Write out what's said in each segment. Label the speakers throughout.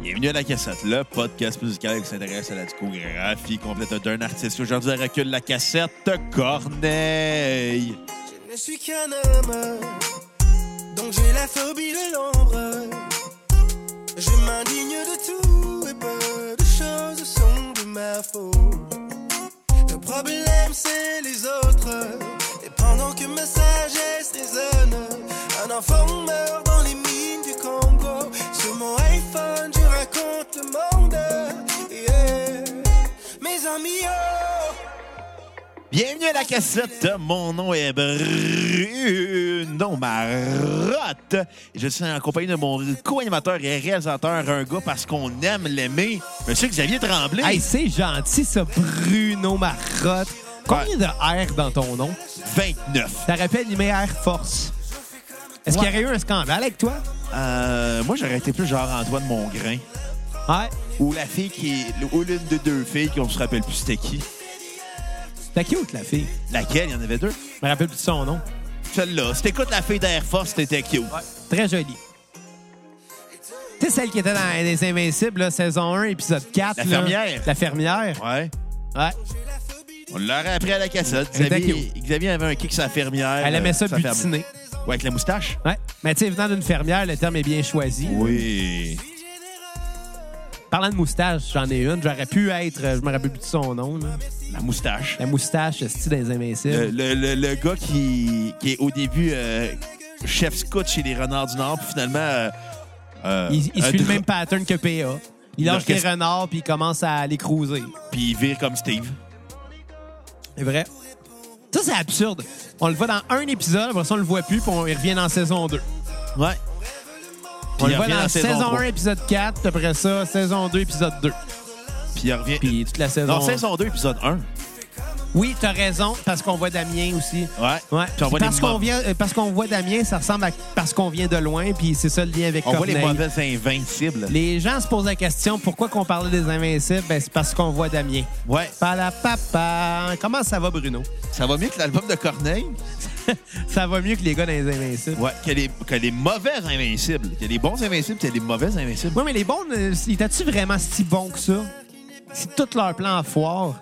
Speaker 1: Bienvenue à La Cassette, le podcast musical qui s'intéresse à la discographie complète d'un artiste. Aujourd'hui, elle recule La Cassette Corneille.
Speaker 2: Je ne suis qu'un homme, donc j'ai la phobie de l'ombre. Je m'indigne de tout et peu de choses sont de ma faute. Le problème, c'est les autres. Et pendant que ma sagesse résonne, un enfant meurt dans les mines du Congo. Sur mon iPhone, je raconte le monde. Yeah. Mes amis, oh.
Speaker 1: Bienvenue à La Cassette, mon nom est Bruno Marotte. Et Je suis en compagnie de mon co-animateur et réalisateur, un gars parce qu'on aime l'aimer, Monsieur Xavier Tremblay.
Speaker 3: Hey, c'est gentil, ça, Bruno Marotte. Combien de R dans ton nom?
Speaker 1: 29.
Speaker 3: Ça rappelle animé Air Force. Est-ce
Speaker 1: Ouais.
Speaker 3: qu'il y aurait eu un scandale avec toi?
Speaker 1: Euh, moi, j'aurais été plus genre Antoine Mongrain.
Speaker 3: Ouais.
Speaker 1: Ou la fille qui est... Ou l'une de deux filles qu'on se rappelle plus c'était qui.
Speaker 3: T'as qui autre, la fille?
Speaker 1: Laquelle? Il y en avait deux.
Speaker 3: Je me rappelle plus de son nom.
Speaker 1: Celle-là. Si t'écoutes la fille d'Air Force, t'étais cute.
Speaker 3: Très jolie. Tu sais, celle qui était dans Les Invincibles, là, saison 1, épisode 4.
Speaker 1: La
Speaker 3: là.
Speaker 1: fermière.
Speaker 3: La fermière.
Speaker 1: Ouais.
Speaker 3: Ouais.
Speaker 1: On l'aurait appris à la cassette.
Speaker 3: Elle était
Speaker 1: Xavier, Xavier avait un kick sur la fermière.
Speaker 3: Elle aimait
Speaker 1: euh,
Speaker 3: ça
Speaker 1: sur la ferme-
Speaker 3: butiner.
Speaker 1: Ouais, avec la moustache.
Speaker 3: Ouais. Mais tu sais, venant d'une fermière, le terme est bien choisi.
Speaker 1: Oui.
Speaker 3: Parlant de moustache, j'en ai une. J'aurais pu être, euh, je me rappelle plus de son nom, là.
Speaker 1: La moustache.
Speaker 3: La moustache, style des Invincibles.
Speaker 1: Le, le- le- le gars qui, qui est au début euh, chef scout chez les Renards du Nord, puis finalement. euh, euh,
Speaker 3: Il, il
Speaker 1: un
Speaker 3: suit le
Speaker 1: dra-
Speaker 3: même pattern que PA. Il lâche
Speaker 1: Non,
Speaker 3: des
Speaker 1: qu'est-ce-
Speaker 3: renards puis il commence à les cruiser.
Speaker 1: Puis il vire comme Steve.
Speaker 3: C'est vrai. Ça, c'est absurde. On le voit dans un épisode, après ça, on le voit plus, puis on il revient dans saison 2.
Speaker 1: Ouais.
Speaker 3: On le voit dans saison,
Speaker 1: saison
Speaker 3: 1,
Speaker 1: 1.
Speaker 3: épisode 4, après ça, saison 2, épisode 2.
Speaker 1: Puis il revient.
Speaker 3: Puis toute la saison.
Speaker 1: non, saison 2, épisode 1.
Speaker 3: Oui, t'as raison, parce qu'on voit Damien aussi.
Speaker 1: Ouais.
Speaker 3: Ouais.
Speaker 1: Puis on voit
Speaker 3: parce
Speaker 1: les
Speaker 3: qu'on
Speaker 1: mo-
Speaker 3: vient, euh, parce qu'on voit Damien, ça ressemble à parce qu'on vient de loin, puis c'est ça le lien avec
Speaker 1: On voit les
Speaker 3: Corneille.
Speaker 1: mauvaises invincibles.
Speaker 3: Les gens se posent la question pourquoi qu'on parlait des Invincibles, ben, c'est parce qu'on voit Damien.
Speaker 1: Ouais.
Speaker 3: papa. Comment ça va, Bruno?
Speaker 1: Ça va mieux que l'album de Corneille?
Speaker 3: ça va mieux que les gars dans les Invincibles.
Speaker 1: Ouais. Que les, que les mauvais invincibles. Il y a les bons invincibles, puis il y a les mauvais invincibles.
Speaker 3: Ouais, mais les bons, euh, ils étaient-tu vraiment si bons que ça? Si tout leur plan en foire.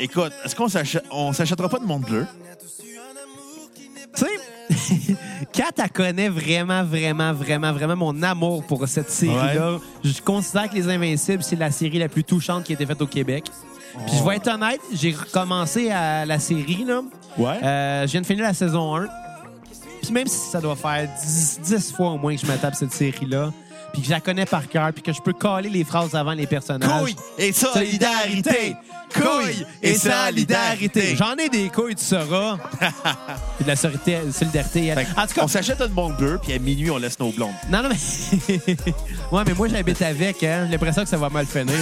Speaker 1: Écoute, est-ce qu'on s'achè- on s'achètera pas de monde bleu?
Speaker 3: Tu sais, Kat, elle connaît vraiment, vraiment, vraiment, vraiment mon amour pour cette série-là. Je considère que Les Invincibles, c'est la série la plus touchante qui a été faite au Québec. Puis je vais être honnête, j'ai recommencé à la série, là.
Speaker 1: Ouais.
Speaker 3: Euh, je viens de finir la saison 1. Puis même si ça doit faire 10, 10 fois au moins que je me tape cette série-là, puis que je la connais par cœur, puis que je peux coller les phrases avant les personnages.
Speaker 1: Couille et solidarité! Couille et solidarité!
Speaker 3: J'en ai des couilles, tu sauras. Puis de la sorité- solidarité.
Speaker 1: Fait que
Speaker 3: En tout cas,
Speaker 1: on s'achète un monde bleu, puis à minuit, on laisse nos blondes.
Speaker 3: non, non, mais. ouais, mais moi, j'habite avec, hein. J'ai l'impression que ça va mal finir.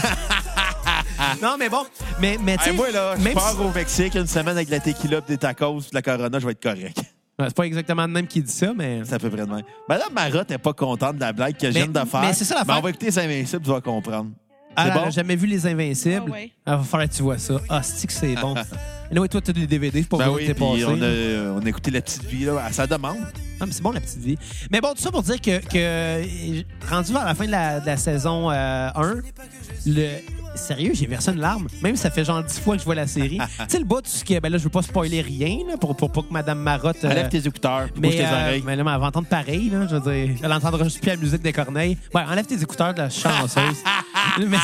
Speaker 3: non, mais bon. Mais, mais tu sais.
Speaker 1: Hey, moi, là, je
Speaker 3: même
Speaker 1: pars
Speaker 3: si-
Speaker 1: au Mexique une semaine avec de la tequila, puis des tacos, puis de la corona, je vais être correct.
Speaker 3: Ouais, C'est pas exactement le même qui dit ça, mais.
Speaker 1: C'est à peu près de même. Madame Marotte n'est pas contente de la blague que je viens de faire.
Speaker 3: mais c'est ça l'affaire.
Speaker 1: Mais on va écouter les invincibles, tu vas comprendre.
Speaker 3: Ah,
Speaker 1: C'est
Speaker 3: là,
Speaker 1: bon?
Speaker 3: j'ai jamais vu Les Invincibles.
Speaker 4: Ah ouais.
Speaker 3: Ah, va falloir que tu vois ça. Ah, c'est que c'est bon. Et toi, t'as des DVD, c'est pas
Speaker 1: Ben
Speaker 3: vrai
Speaker 1: oui,
Speaker 3: t'es
Speaker 1: puis
Speaker 3: passé.
Speaker 1: on, a- on a écouté la petite vie là, à sa demande.
Speaker 3: Ah, mais c'est bon, la petite vie. Mais bon, tout ça pour dire que, que euh, rendu vers la fin de la, de la saison euh, 1, le... Sérieux, j'ai versé une larme. Même ça fait genre 10 fois que je vois la série. tu sais, le bout, tout ce qui est- Ben là, je veux pas spoiler rien, là, pour, pour pas que Madame Marotte... euh,
Speaker 1: Enlève tes écouteurs, puis
Speaker 3: mais,
Speaker 1: bouge tes
Speaker 3: euh,
Speaker 1: oreilles.
Speaker 3: mais là, mais elle va entendre pareil, là, je veux dire. Elle entendra juste plus la musique des Corneilles. Ouais, enlève tes écouteurs de la chanceuse. Mais-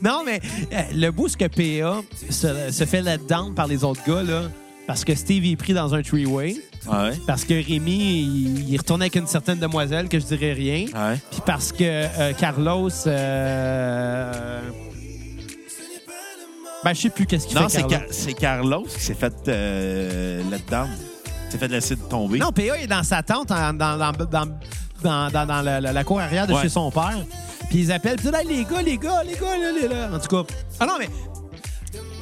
Speaker 3: non, mais euh, le bout, ce que PA se, se fait là-dedans par les autres gars, là, parce que Steve est pris dans un three-way,
Speaker 1: Ouais.
Speaker 3: parce que Rémi, il, il retournait avec une certaine demoiselle, que je dirais rien,
Speaker 1: Ouais.
Speaker 3: puis parce que euh, Carlos... euh, ben, je sais plus qu'est-ce qu'il
Speaker 1: Non,
Speaker 3: fait,
Speaker 1: c'est
Speaker 3: Carlos.
Speaker 1: Car- c'est Carlos qui s'est fait euh, là-dedans. Il s'est fait laisser tomber.
Speaker 3: Non, PA est dans sa tente, en- dans, dans, dans, dans, dans- dans la, la- la cour arrière de
Speaker 1: Ouais.
Speaker 3: chez son père. Puis ils appellent. Puis là, les gars, les gars, les gars, là, les- là. En tout cas. Ah non, mais.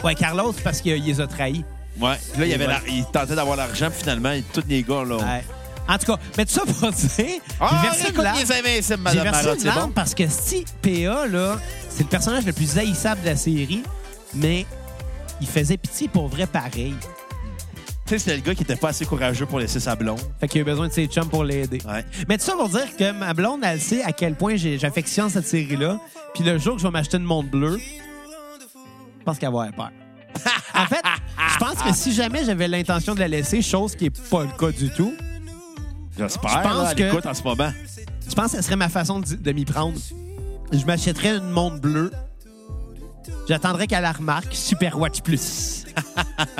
Speaker 3: Ouais, Carlos, c'est parce qu'il les a trahis.
Speaker 1: Ouais. Puis là, il, y avait la- il tentait d'avoir l'argent, puis finalement, il- tous les gars, là. ont-
Speaker 3: Ouais. En tout cas, mais tout ça pour dire. j'ai
Speaker 1: Oh. Ah,
Speaker 3: versé une
Speaker 1: écoute
Speaker 3: larme.
Speaker 1: les invincibles,
Speaker 3: J'ai
Speaker 1: Madame
Speaker 3: versé
Speaker 1: Marotte,
Speaker 3: une
Speaker 1: c'est
Speaker 3: larme
Speaker 1: bon?
Speaker 3: parce que si PA, là, c'est le personnage le plus haïssable de la série, mais il faisait pitié pour vrai pareil.
Speaker 1: Tu sais, c'était le gars qui était pas assez courageux pour laisser sa blonde.
Speaker 3: Fait qu'il a eu besoin de ses chums pour l'aider.
Speaker 1: Ouais.
Speaker 3: Mais tout ça pour dire que ma blonde, elle sait à quel point j'ai- j'affectionne cette série-là. Puis le jour que je vais m'acheter une montre bleue, je pense qu'elle va avoir peur. en fait, je pense que si jamais j'avais l'intention de la laisser, chose qui est pas le cas du tout,
Speaker 1: J'espère.
Speaker 3: Je
Speaker 1: là,
Speaker 3: pense
Speaker 1: elle
Speaker 3: que-
Speaker 1: écoute en ce moment.
Speaker 3: je pense que ce serait ma façon d'y- de m'y prendre. Je m'achèterais une montre bleue. J'attendrais qu'elle la remarque. Super Watch Plus.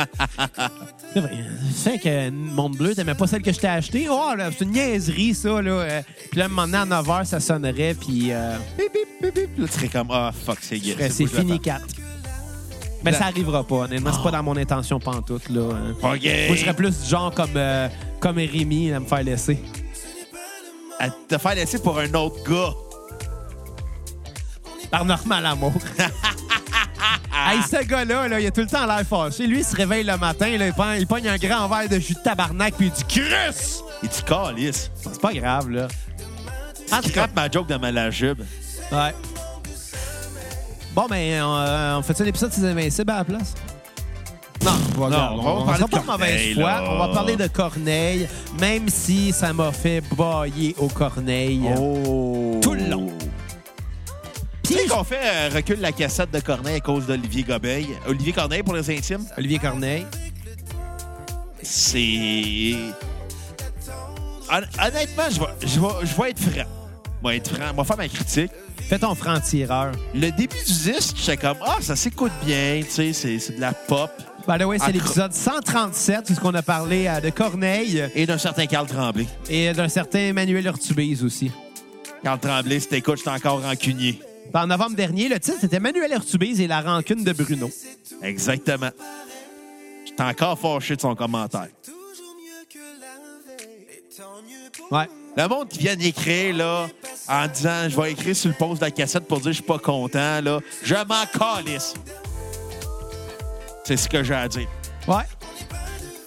Speaker 3: C'est vrai. C'est vrai qu'une montre bleue, t'aimais pas celle que je t'ai achetée. Oh, là, c'est une niaiserie, ça. Là. Euh, Puis là, un moment donné, à 9 h, ça sonnerait. Puis euh,
Speaker 1: Bip, bip, bip, bip. Là, tu serais comme, ah, fuck, c'est gay.
Speaker 3: après, c'est
Speaker 1: moi, je
Speaker 3: fini,
Speaker 1: l'attends.
Speaker 3: 4. Mais ça arrivera pas, honnêtement. C'est pas dans mon intention pantoute. Là. hein.
Speaker 1: OK.
Speaker 3: Moi, je serais plus genre comme, euh, comme Rémi à me faire laisser.
Speaker 1: À te faire laisser pour un autre gars.
Speaker 3: Par normal amour. hey, ce gars-là, là, il a tout le temps l'air fâché. Lui, il se réveille le matin, là, il, prend- il pogne un grand verre de jus de tabarnak, puis il dit Chris!
Speaker 1: Et tu calisses.
Speaker 3: C'est pas grave, là. En
Speaker 1: Tu
Speaker 3: tout cas,
Speaker 1: crappes ma joke dans ma la jupe.
Speaker 3: ouais. Bon, ben, on, euh, on fait-tu un épisode des Invincibles à la place? Non,
Speaker 1: Non,
Speaker 3: pas grave.
Speaker 1: on va parler
Speaker 3: sera
Speaker 1: de
Speaker 3: pas mauvaise
Speaker 1: Corneille,
Speaker 3: foi.
Speaker 1: là.
Speaker 3: On va parler de Corneille, même si ça m'a fait bailler au Corneille.
Speaker 1: Oh.
Speaker 3: Tout le long.
Speaker 1: Tu sais qu'on fait euh, recul la cassette de Corneille à cause d'Olivier Gobeil. Olivier Corneille, pour les intimes,
Speaker 3: Olivier Corneille.
Speaker 1: c'est... Hon- Honnêtement, je vais- je vais je vais être franc. Je vais être franc. Je vais faire ma critique.
Speaker 3: Fais ton franc-tireur.
Speaker 1: Le début du disque, j'étais comme, ah, ça s'écoute bien, tu sais, c'est c'est de la pop.
Speaker 3: By the way, c'est
Speaker 1: Accro-
Speaker 3: l'épisode 137, puisqu'on a parlé euh, de Corneille
Speaker 1: Et d'un certain Carl Tremblay.
Speaker 3: et d'un certain Emmanuel Urtubise aussi.
Speaker 1: Carl Tremblay, si t'écoutes, je suis encore rancunier.
Speaker 3: En novembre dernier, le titre c'était Emmanuel Urtubise et la rancune de Bruno.
Speaker 1: Exactement. Je suis encore fâché de son commentaire.
Speaker 2: Toujours mieux que la veille, et tant mieux pour
Speaker 3: Ouais.
Speaker 1: Le monde qui vient d'écrire, là, en disant je vais écrire sur le poste de la cassette pour dire je suis pas content, là, je m'en calisse. C'est ce que j'ai à dire.
Speaker 3: Ouais.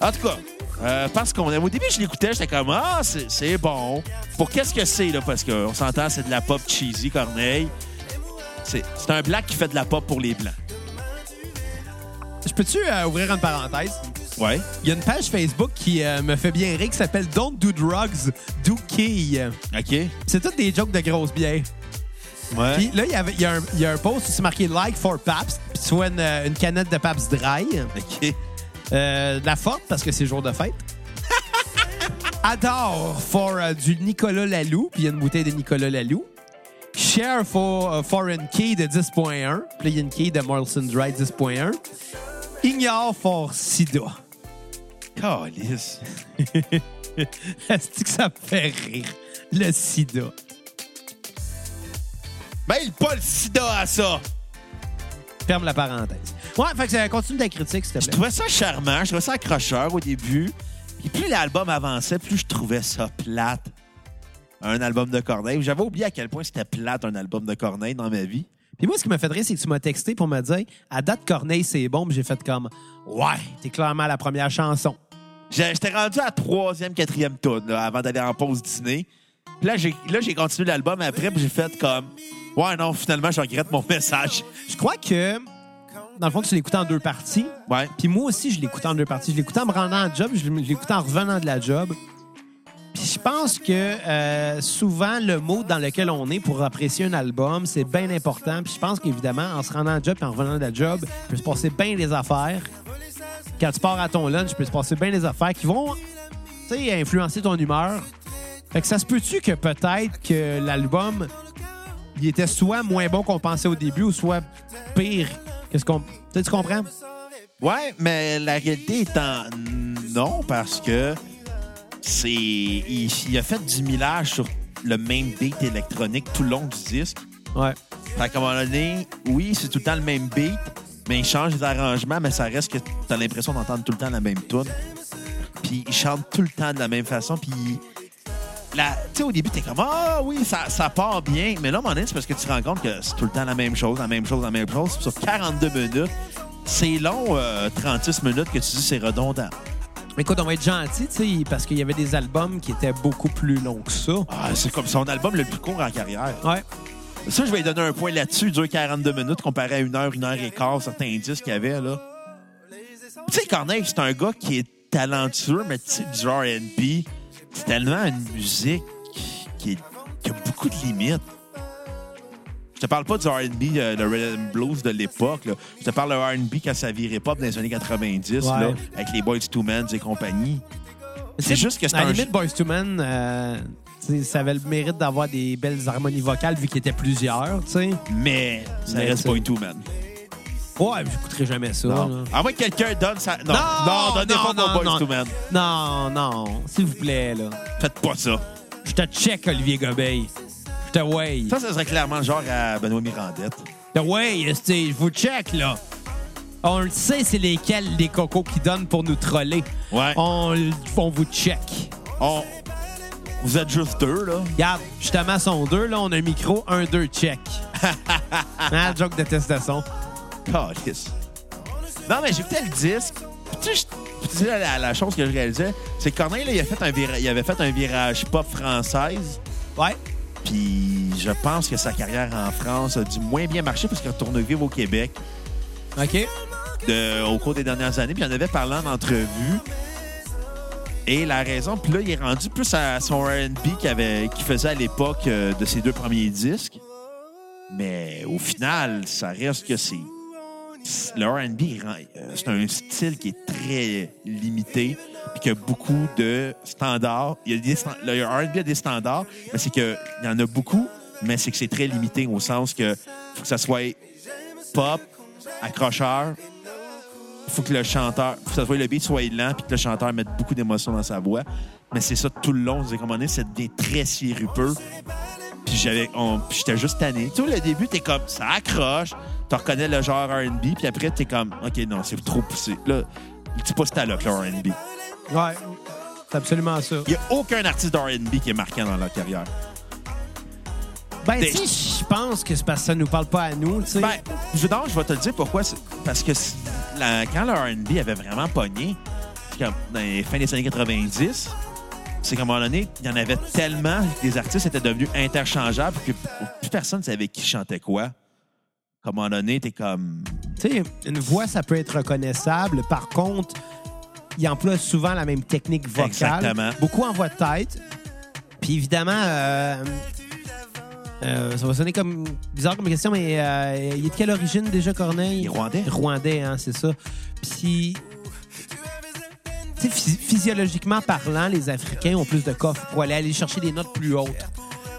Speaker 1: En tout cas, euh, parce qu'on aime. Au début, je l'écoutais, j'étais comme Ah, c'est c'est bon. Pour qu'est-ce que c'est, là? Parce qu'on s'entend, c'est de la pop cheesy, Corneille. C'est c'est un black qui fait de la pop pour les blancs.
Speaker 3: Je peux-tu euh, ouvrir une parenthèse?
Speaker 1: Ouais.
Speaker 3: Il y a une page Facebook qui euh, me fait bien rire qui s'appelle Don't Do Drugs, Do Key.
Speaker 1: OK.
Speaker 3: C'est toutes des jokes de grosses bières.
Speaker 1: Ouais.
Speaker 3: Puis là, il y, avait- il y a un- il y a un post où c'est marqué Like for Paps, puis tu vois une, euh, une canette de Paps Dry.
Speaker 1: OK.
Speaker 3: Euh, de la forte parce que c'est jour de fête. Adore for euh, du Nicolas Laloux, puis il y a une bouteille de Nicolas Laloux. Share for euh, Foreign Key de 10.1, puis là, il y a une key de Morrison Dry 10.1. Ignore for Sida.
Speaker 1: Calisse.
Speaker 3: Est-ce que ça me fait rire? Le Sida.
Speaker 1: Mêle pas le sida à ça!
Speaker 3: Ferme la parenthèse. Ouais, fait que euh, continue ta critique, s'il te
Speaker 1: Je
Speaker 3: plaît.
Speaker 1: trouvais ça charmant, je trouvais ça accrocheur au début. Puis plus l'album avançait, plus je trouvais ça plate. Un album de Corneille. J'avais oublié à quel point c'était plate un album de Corneille dans ma vie.
Speaker 3: Puis moi, ce qui m'a fait rire, c'est que tu m'as texté pour me dire à date Corneille, c'est bon, Puis j'ai fait comme Ouais, t'es clairement la première chanson.
Speaker 1: J'ai- J'étais rendu à la troisième, quatrième tourne là, avant d'aller en pause dîner. Puis là, j'ai là, j'ai continué l'album après, puis j'ai fait comme Ouais, non, finalement, je regrette mon message.
Speaker 3: Je crois que, dans le fond, tu l'écoutes en deux parties.
Speaker 1: Ouais.
Speaker 3: Puis moi aussi, je l'écoute en deux parties. Je l'écoute en me rendant à la job, je l'écoute en revenant de la job. Puis je pense que euh, souvent, le mot dans lequel on est pour apprécier un album, c'est bien important. Puis je pense qu'évidemment, en se rendant à la job et en revenant de la job, il peut se passer bien des affaires. Quand tu pars à ton lunch, il peut se passer bien des affaires qui vont tu sais, influencer ton humeur. Fait que ça se peut-tu que peut-être que l'album, il était soit moins bon qu'on pensait au début ou soit pire que ce qu'on. Tu sais, tu comprends?
Speaker 1: Ouais, mais la réalité étant non, parce que c'est. Il, il a fait du millage sur le même beat électronique tout le long du disque.
Speaker 3: Ouais.
Speaker 1: Fait qu'à un moment donné, oui, c'est tout le temps le même beat, mais il change les arrangements, mais ça reste que t'as l'impression d'entendre tout le temps la même tune. Puis il chante tout le temps de la même façon, puis... la- Tu sais, au début, t'es comme « Ah oui, ça, ça part bien », mais là, à un moment donné, c'est parce que tu te rends compte que c'est tout le temps la même chose, la même chose, la même chose, sur 42 minutes. C'est long, euh, 36 minutes, que tu dis c'est redondant.
Speaker 3: Mais Écoute, on va être gentil, tu sais, parce qu'il y avait des albums qui étaient beaucoup plus longs que ça.
Speaker 1: Ah, c'est comme son album le plus court en carrière.
Speaker 3: Ouais.
Speaker 1: Ça, je vais lui donner un point là-dessus. Il dure 42 minutes comparé à une heure, une heure et quart, certains disques qu'il y avait, là. Tu sais, Corneille, c'est un gars qui est talentueux, mais tu sais, du R&B, c'est tellement une musique qui, qui- qui a beaucoup de limites. Je te parle pas du R&B, euh, le rhythm blues de l'époque. là. Je te parle du R&B quand ça virait pop dans les années 90,
Speaker 3: Ouais.
Speaker 1: là, avec les Boys to Men et compagnie. C'est juste que c'est
Speaker 3: À la
Speaker 1: un-
Speaker 3: limite, Boys to Men, euh, tu sais, ça avait le mérite d'avoir des belles harmonies vocales vu qu'il était plusieurs, tu sais.
Speaker 1: Mais ça
Speaker 3: Mais
Speaker 1: reste
Speaker 3: c'est-
Speaker 1: Boys to Men.
Speaker 3: Ouais, j'écouterai jamais ça. là.
Speaker 1: À moins que quelqu'un donne sa... Non,
Speaker 3: Non,
Speaker 1: non, donnez
Speaker 3: non,
Speaker 1: pas
Speaker 3: non,
Speaker 1: mon Boys
Speaker 3: non.
Speaker 1: to Men.
Speaker 3: Non, non, s'il vous plaît, là.
Speaker 1: Faites pas ça.
Speaker 3: Je te check, Olivier Gobeil. Je te way.
Speaker 1: Ça, ça serait clairement le genre à Benoît Mirandette.
Speaker 3: Je te way, esti, je vous check, là. On le sait, c'est lesquels les cocos qui donnent pour nous troller.
Speaker 1: Ouais.
Speaker 3: On, le- on vous check.
Speaker 1: On- Vous êtes juste deux, là.
Speaker 3: Regarde, justement, son 2, là, on a un micro, un, deux, check. hein, joke de testation.
Speaker 1: Calice. Non, mais j'écoutais le disque. Puis Tu sais, je- tu sais, la, la- la chose que je réalisais, c'est que Corneille, là, il, a fait un vira- il avait fait un virage pop française.
Speaker 3: Ouais.
Speaker 1: Puis je pense que sa carrière en France a dû moins bien marcher parce qu'il retourne vivre au Québec
Speaker 3: OK.
Speaker 1: de- au cours des dernières années. Puis il en avait parlé en entrevue. Et la raison, puis là, il est rendu plus à son RB qu'il avait- qu'il faisait à l'époque euh, de ses deux premiers disques. Mais au final, ça reste que c'est. Le RB, il rend- euh, c'est un style qui est très limité, puis qu'il y a beaucoup de standards. Il y a des stan- le RB a des standards, mais c'est qu'il y en a beaucoup, mais c'est que c'est très limité au sens que faut que ça soit pop, accrocheur, faut que le chanteur, faut que ça soit le beat soit lent, puis que le chanteur mette beaucoup d'émotion dans sa voix. Mais c'est ça tout le long, vous avez compris, c'est des très sirupeux. Puis j'avais, on- puis j'étais juste tanné. Tu vois, le début, t'es comme, ça accroche, tu reconnais le genre R&B, puis après, t'es comme, ok, non, c'est trop poussé. Là, c'est pas ce là le R&B.
Speaker 3: Ouais. C'est absolument ça.
Speaker 1: Il y a aucun artiste de R&B qui est marquant dans leur carrière.
Speaker 3: Ben,
Speaker 1: Des-
Speaker 3: tu sais, je pense que c'est parce que ça nous parle pas à nous, tu sais.
Speaker 1: Ben, je, non, je vais te le dire pourquoi. c'est- Parce que c'est- la- quand le R&B avait vraiment pogné, comme dans les fins des années 90, c'est qu'à un moment donné, il y en avait tellement que les artistes étaient devenus interchangeables que plus personne ne savait qui chantait quoi. À un moment donné, t'es comme...
Speaker 3: Tu sais, une voix, ça peut être reconnaissable. Par contre, il emploie souvent la même technique vocale.
Speaker 1: Exactement.
Speaker 3: Beaucoup en voix de tête. Puis évidemment, euh, euh, ça va sonner comme bizarre comme question, mais euh, il est de quelle origine déjà, Corneille?
Speaker 1: Il est rwandais.
Speaker 3: Rwandais, hein, c'est ça. Puis, tu sais, phy- physiologiquement parlant, les Africains ont plus de coffres pour aller, aller chercher des notes plus hautes.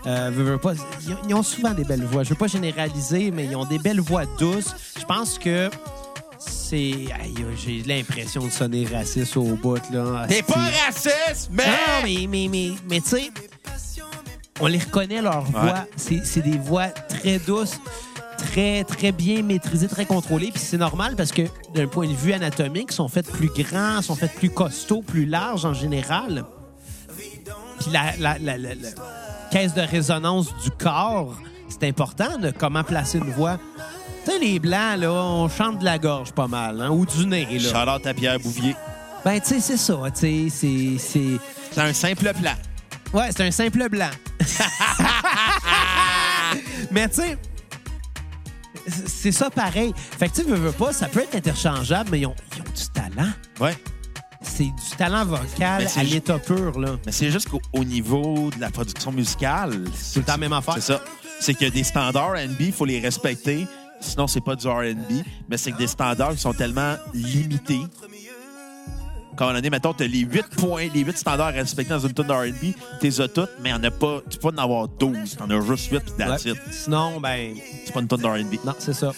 Speaker 3: Euh, veux, veux pas, ils, ont- ils ont souvent des belles voix. Je veux pas généraliser, mais ils ont des belles voix douces. Je pense que c'est. aïe, J'ai l'impression de sonner raciste au bout, là.
Speaker 1: T'es pas
Speaker 3: C'est-
Speaker 1: raciste, mais...
Speaker 3: non, mais, mais, mais, mais tu sais, on les reconnaît, leurs
Speaker 1: Ouais.
Speaker 3: voix. C'est c'est des voix très douces, très, très bien maîtrisées, très contrôlées. Puis c'est normal parce que, d'un point de vue anatomique, sont faites plus grands, sont faites plus costauds, plus larges en général. Puis la, la- la- la- la caisse de résonance du corps, c'est important de comment placer une voix. Tu sais, les Blancs, là, on chante de la gorge pas mal, hein, ou du nez, là.
Speaker 1: Shout-out à Pierre Bouvier.
Speaker 3: Ben, tu sais, c'est ça, tu sais, c'est- c'est...
Speaker 1: C'est un simple plan.
Speaker 3: Ouais, c'est un simple blanc. Mais tu sais, c'est ça pareil. Fait que tu sais, veux, veux pas, ça peut être interchangeable, mais ils ont, ils ont du talent.
Speaker 1: Ouais.
Speaker 3: C'est du talent vocal
Speaker 1: Mais c'est
Speaker 3: à
Speaker 1: ju-
Speaker 3: l'état pur, là.
Speaker 1: Mais c'est juste qu'au au niveau de la production musicale, c'est
Speaker 3: le temps la même affaire.
Speaker 1: C'est ça. C'est qu'il y a des standards R&B, il faut les respecter. Sinon, c'est pas du R&B. Mais c'est que des standards qui sont tellement limités. Comme on a dit, mettons, t'as les 8 points, les 8 standards à respecter dans une tune de R&B, t'es as toutes, mais y en a pas, tu peux en avoir 12. T'en as juste 8 pis that's
Speaker 3: Ouais.
Speaker 1: it.
Speaker 3: Sinon, ben,
Speaker 1: C'est pas une tune de R&B.
Speaker 3: non, c'est ça.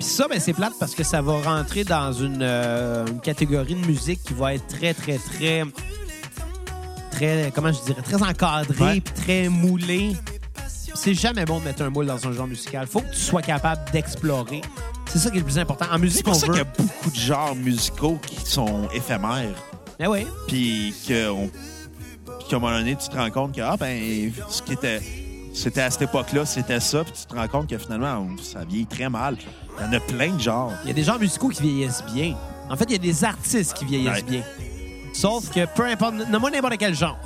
Speaker 3: Puis ça, ben, c'est plate parce que ça va rentrer dans une, euh, une catégorie de musique qui va être très, très, très. Très, comment je dirais, très encadrée,
Speaker 1: Ouais.
Speaker 3: puis très moulée. c'est jamais bon de mettre un moule dans un genre musical. Faut que tu sois capable d'explorer. C'est ça qui est le plus important. En
Speaker 1: C'est
Speaker 3: musique, on
Speaker 1: pour ça qu'il y
Speaker 3: veut.
Speaker 1: a beaucoup de genres musicaux qui sont éphémères.
Speaker 3: Ben oui.
Speaker 1: puis que on- puis qu'à un moment donné, tu te rends compte que ah ben ce qui était c'était à cette époque-là, c'était ça, puis tu te rends compte que finalement on- ça vieillit très mal. Il y en a plein de genres.
Speaker 3: Il y a des genres musicaux qui vieillissent bien. En fait, il y a des artistes qui vieillissent
Speaker 1: Ouais.
Speaker 3: bien. Sauf que peu importe, nomme-moi n'importe quel genre.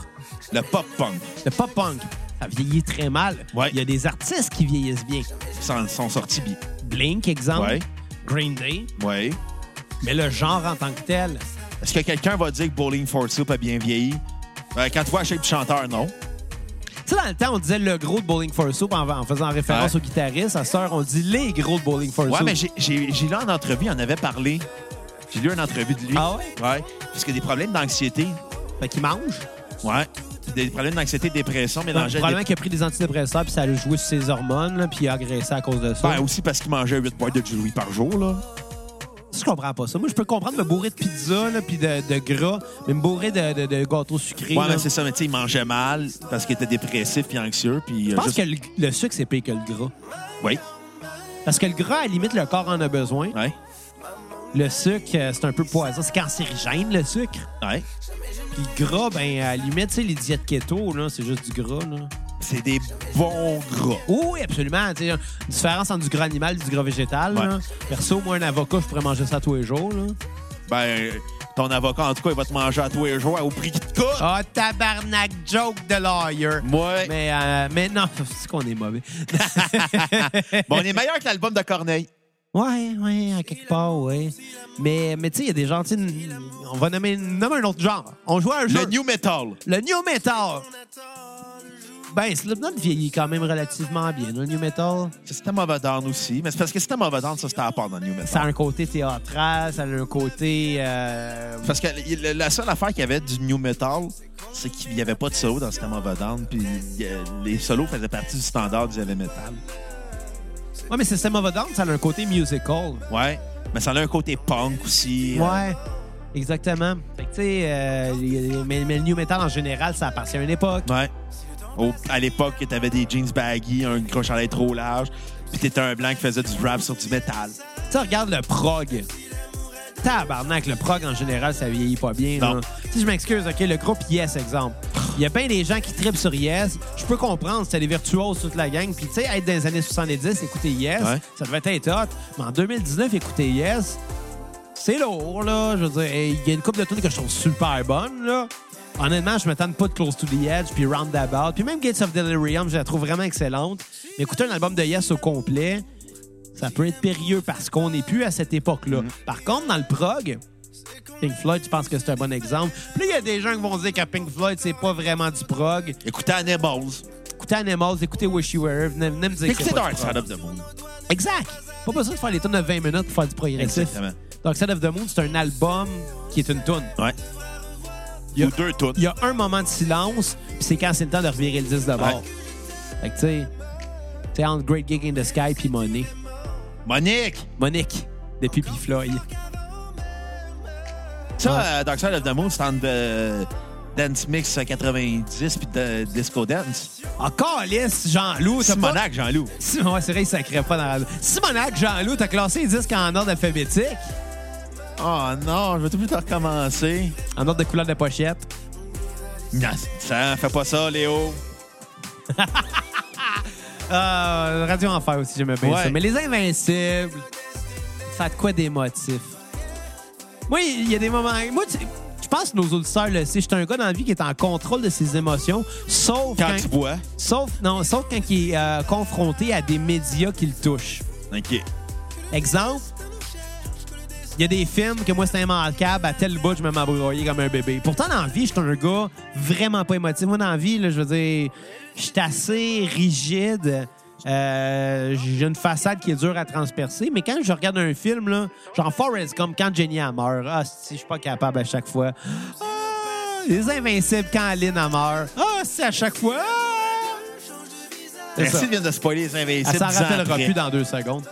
Speaker 1: Le pop punk
Speaker 3: Le pop punk, ça vieillit très mal.
Speaker 1: Ouais.
Speaker 3: Il y a des artistes qui vieillissent bien.
Speaker 1: sont, sont sortis bi.
Speaker 3: Blink, exemple.
Speaker 1: Ouais.
Speaker 3: Green Day.
Speaker 1: Ouais.
Speaker 3: Mais le genre en tant que tel,
Speaker 1: Est-ce que quelqu'un va dire que Bowling for Soup a bien vieilli? Euh, quand tu vois la shape du chanteur, non.
Speaker 3: Tu sais, dans le temps, on disait le gros de Bowling for Soup en, en faisant référence
Speaker 1: Ouais.
Speaker 3: au guitariste. À Sœur, on dit les gros de Bowling for
Speaker 1: Ouais,
Speaker 3: Soup.
Speaker 1: mais j'ai- j'ai j'ai lu en entrevue, il en avait parlé. J'ai lu une entrevue de lui.
Speaker 3: Ah ouais?
Speaker 1: Ouais. Parce qu'il a des problèmes d'anxiété.
Speaker 3: Fait qu'il mange.
Speaker 1: Ouais. Des problèmes d'anxiété, dépression, mélangés à des-
Speaker 3: Probablement qu'il a pris des antidépresseurs, puis ça a joué sur ses hormones, là, puis il a agressé à cause de ça.
Speaker 1: Ben, aussi parce qu'il mangeait 8 boîtes de Julie par jour, là.
Speaker 3: Je comprends pas ça. Moi, je peux comprendre me bourrer de pizza, là, puis de, de gras, mais me bourrer de, de, de gâteaux sucrés.
Speaker 1: Ouais,
Speaker 3: là.
Speaker 1: mais c'est ça, mais tu sais, il mangeait mal parce qu'il était dépressif puis anxieux. Puis, euh,
Speaker 3: je pense que le, le sucre, c'est pire que le gras.
Speaker 1: Oui,
Speaker 3: Parce que le gras, à la limite, le corps en a besoin.
Speaker 1: ouais,
Speaker 3: Le sucre, euh, c'est un peu poison. C'est cancérigène, le sucre.
Speaker 1: ouais.
Speaker 3: Puis le gras, ben, à la limite, tu sais, les diètes keto, là, c'est juste du gras, là.
Speaker 1: C'est des bons gras.
Speaker 3: Oui, absolument. Tu sais, différence entre du gras animal et du gras végétal.
Speaker 1: Ouais.
Speaker 3: là. Perso, moi, un avocat, je pourrais manger ça tous les jours. Là.
Speaker 1: Ben, ton avocat, en tout cas, il va te manger à tous les jours au prix qu'il te coûte.
Speaker 3: Ah, tabarnak joke de lawyer.
Speaker 1: Ouais.
Speaker 3: Mais, euh, mais non, c'est qu'on est mauvais.
Speaker 1: Bon, on est meilleur que l'album de Corneille.
Speaker 3: ouais, ouais, à quelque part, ouais. Mais, mais tu sais, il y a des gens, tu sais, n- on va nommer, nommer un autre genre. On joue à un
Speaker 1: Le
Speaker 3: jeu.
Speaker 1: new metal.
Speaker 3: le new metal. Ben, Slipknot vieillit quand même relativement bien. là, Le new metal,
Speaker 1: Ça, C'était mauvais d'âne aussi. Mais c'est parce que c'était mauvais d'âne, ça, c'était à part dans le new
Speaker 3: ça a
Speaker 1: metal.
Speaker 3: un côté théâtral, ça a un côté. euh,
Speaker 1: Parce que le- la seule affaire qu'il y avait du new metal, c'est qu'il n'y avait pas de solo dans C'était mauvais d'âne. Puis euh, les solos faisaient partie du standard du heavy metal.
Speaker 3: Ouais, mais System of a Down, ça a un côté musical.
Speaker 1: Ouais. Mais ça a un côté punk aussi. euh,
Speaker 3: Ouais, exactement. Fait que, tu sais, euh, il y a- mais, mais le new metal en général, ça appartient à une époque.
Speaker 1: Ouais. Au- à l'époque, t'avais des jeans baggy, un gros chalet trop large, puis t'étais un blanc qui faisait du rap sur du métal.
Speaker 3: Tu sais, regarde le prog. Tabarnak, le prog en général, ça vieillit pas bien.
Speaker 1: Non.
Speaker 3: là. Tu sais, je m'excuse, OK, le groupe Yes, exemple. Il y a bien des gens qui tripent sur Yes. Je peux comprendre, c'était des virtuoses toute la gang. Puis, tu sais, être dans les années 70, écouter Yes,
Speaker 1: Ouais.
Speaker 3: ça devait être hot. Mais en 2019, écouter Yes, c'est lourd, là. Je veux dire, hey, il y a une couple de tunes que je trouve super bonnes, là. Honnêtement, je m'attends pas de Close to the Edge, puis Roundabout, puis même Gates of Delirium, je la trouve vraiment excellente. Mais écouter un album de Yes au complet, ça peut être périlleux parce qu'on n'est plus à cette époque-là.
Speaker 1: Mm-hmm.
Speaker 3: Par contre, dans le prog, Pink Floyd, je pense que c'est un bon exemple. Puis là, il y a des gens qui vont dire que Pink Floyd, c'est pas vraiment du prog.
Speaker 1: Écoutez Animals.
Speaker 3: Écoutez Animals, écoutez Wish You Were Here, venez, venez me dire que
Speaker 1: Écoutez
Speaker 3: c'est pas
Speaker 1: Dark
Speaker 3: du
Speaker 1: Side
Speaker 3: prog.
Speaker 1: of the Moon.
Speaker 3: Exact! Pas besoin de faire les tunes de 20 minutes pour faire du progressif.
Speaker 1: Exactement.
Speaker 3: Donc, Side of the Moon, c'est un album qui est une tune.
Speaker 1: Ouais.
Speaker 3: y a-
Speaker 1: Ou deux toutes.
Speaker 3: Il y a un moment de silence, puis c'est quand c'est le temps de revirer le disque de bord.
Speaker 1: Ouais.
Speaker 3: Fait que, tu sais, c'est entre Great Gig in the Sky puis Money.
Speaker 1: Monique!
Speaker 3: Monique, depuis Pink Floyd.
Speaker 1: Ça,
Speaker 3: Ouais.
Speaker 1: euh, Dark Side of the Moon, c'est entre euh, Dance Mix 90 puis de- Disco Dance.
Speaker 3: Encore lisse, Ah, Jean-Loup. t'as pas-
Speaker 1: Simonac, Jean-Loup.
Speaker 3: Simon, ouais, c'est vrai, il sacrait pas dans la... Simonac, Jean-Loup, t'as classé les disques en ordre alphabétique,
Speaker 1: Oh non, je vais tout de suite recommencer.
Speaker 3: en ordre de couleur de pochette.
Speaker 1: Non, ça, fais pas ça, Léo.
Speaker 3: Euh, Radio Enfer aussi, j'aimais bien
Speaker 1: Ouais.
Speaker 3: ça. Mais les Invincibles, ça a de quoi des motifs? Moi, il y a des moments... Moi, tu- je pense que nos auditeurs le savent. Je suis un gars dans la vie qui est en contrôle de ses émotions, sauf
Speaker 1: Quand
Speaker 3: quand,
Speaker 1: tu bois.
Speaker 3: sauf, non, sauf quand il est euh, confronté à des médias qui le touchent.
Speaker 1: OK.
Speaker 3: Exemple, il y a des films que moi, c'est immanquable. À tel bout, je me m'abrouillais comme un bébé. Pourtant, dans la vie, je suis un gars vraiment pas émotif. Moi, dans la vie, là, je veux dire, je suis assez rigide. Euh, J'ai une façade qui est dure à transpercer. Mais quand je regarde un film, là, genre Forrest Gump, quand Jenny elle meurt, ah, si, je suis pas capable à chaque fois. Ah, les Invincibles, quand Lynn elle meurt, ah, c'est à chaque fois. Ah! C'est ça.
Speaker 1: Merci de venir de spoiler les
Speaker 3: Elle
Speaker 1: invincibles.
Speaker 3: s'en
Speaker 1: dix ans
Speaker 3: rappellera
Speaker 1: après.
Speaker 3: plus dans deux secondes.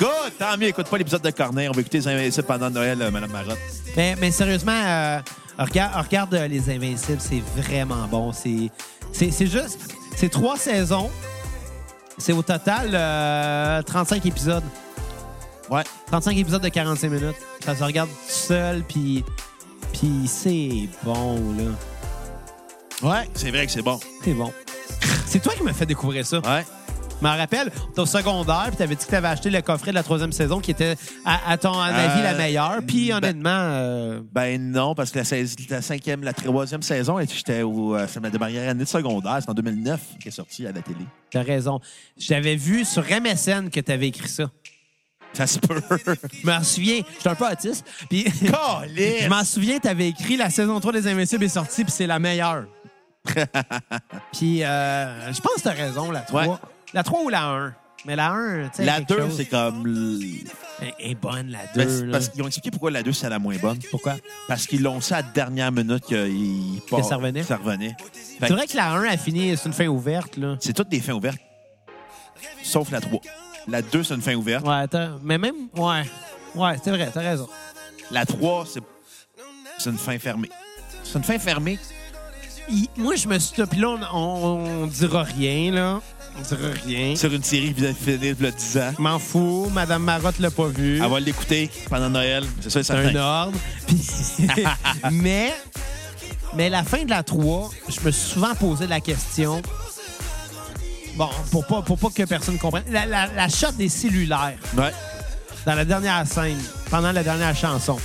Speaker 1: Good! Tant mieux, écoute pas l'épisode de Corneille. On va écouter les Invincibles pendant Noël, euh, Madame Marotte.
Speaker 3: Mais, mais sérieusement, euh, regarde, regarde euh, Les Invincibles, c'est vraiment bon. C'est, c'est, c'est juste, c'est trois saisons. C'est au total euh, 35 épisodes.
Speaker 1: Ouais.
Speaker 3: 35 épisodes de 45 minutes. Ça se regarde tout seul, puis, puis c'est bon, là.
Speaker 1: Ouais. C'est vrai que c'est bon.
Speaker 3: C'est bon. C'est toi qui m'as fait découvrir ça.
Speaker 1: Ouais.
Speaker 3: Je m'en rappelle, t'es au secondaire, puis t'avais dit que t'avais acheté le coffret de la troisième saison qui était, à, à ton avis,
Speaker 1: Euh,
Speaker 3: la meilleure. Puis
Speaker 1: ben-
Speaker 3: honnêtement, euh,
Speaker 1: Ben non, parce que la, sais- la cinquième, la troisième saison, et j'étais au euh, semaine de barrière année de secondaire. C'est en 2009 qui est sorti à la télé.
Speaker 3: T'as raison. J'avais vu sur MSN que t'avais écrit ça.
Speaker 1: Ça se peut.
Speaker 3: Je me souviens, j'étais un peu autiste. Puis je
Speaker 1: Colin!
Speaker 3: m'en souviens, t'avais écrit la saison 3 des Invincibles est sortie, puis c'est la meilleure. puis euh, je pense que t'as raison, la 3.
Speaker 1: Ouais.
Speaker 3: La 3 ou la 1? Mais la 1, tu sais.
Speaker 1: La
Speaker 3: quelque
Speaker 1: 2,
Speaker 3: chose.
Speaker 1: c'est comme. l-
Speaker 3: Elle est bonne, la 2.
Speaker 1: Ben, c'est Parce qu'ils ont expliqué pourquoi la 2, c'est la moins bonne.
Speaker 3: Pourquoi?
Speaker 1: Parce qu'ils l'ont ça à la dernière minute qu'ils
Speaker 3: Que ça revenait?
Speaker 1: Ça revenait. Fait
Speaker 3: C'est vrai que la 1 a fini, c'est une fin ouverte, là.
Speaker 1: que C'est toutes des fins ouvertes. Sauf la 3. La 2, c'est une fin ouverte.
Speaker 3: Ouais, attends. Mais même, ouais. Ouais, c'est vrai, t'as raison.
Speaker 1: La 3, c'est c'est une fin fermée. C'est une fin fermée.
Speaker 3: Il- moi, je me suis. Puis là, on, on, on dira rien, là. On dira rien.
Speaker 1: Sur une série qui vient de finir le 10 ans.
Speaker 3: M'en fous, Madame Marotte l'a pas vu.
Speaker 1: Elle va l'écouter pendant Noël. C'est ça, c'est
Speaker 3: C'est un
Speaker 1: certain.
Speaker 3: ordre. Puis- mais, mais la fin de la 3, je me suis souvent posé la question. Bon, pour pas, pour pas que personne comprenne. La, la, la shot des cellulaires
Speaker 1: Ouais.
Speaker 3: dans la dernière scène, pendant la dernière chanson.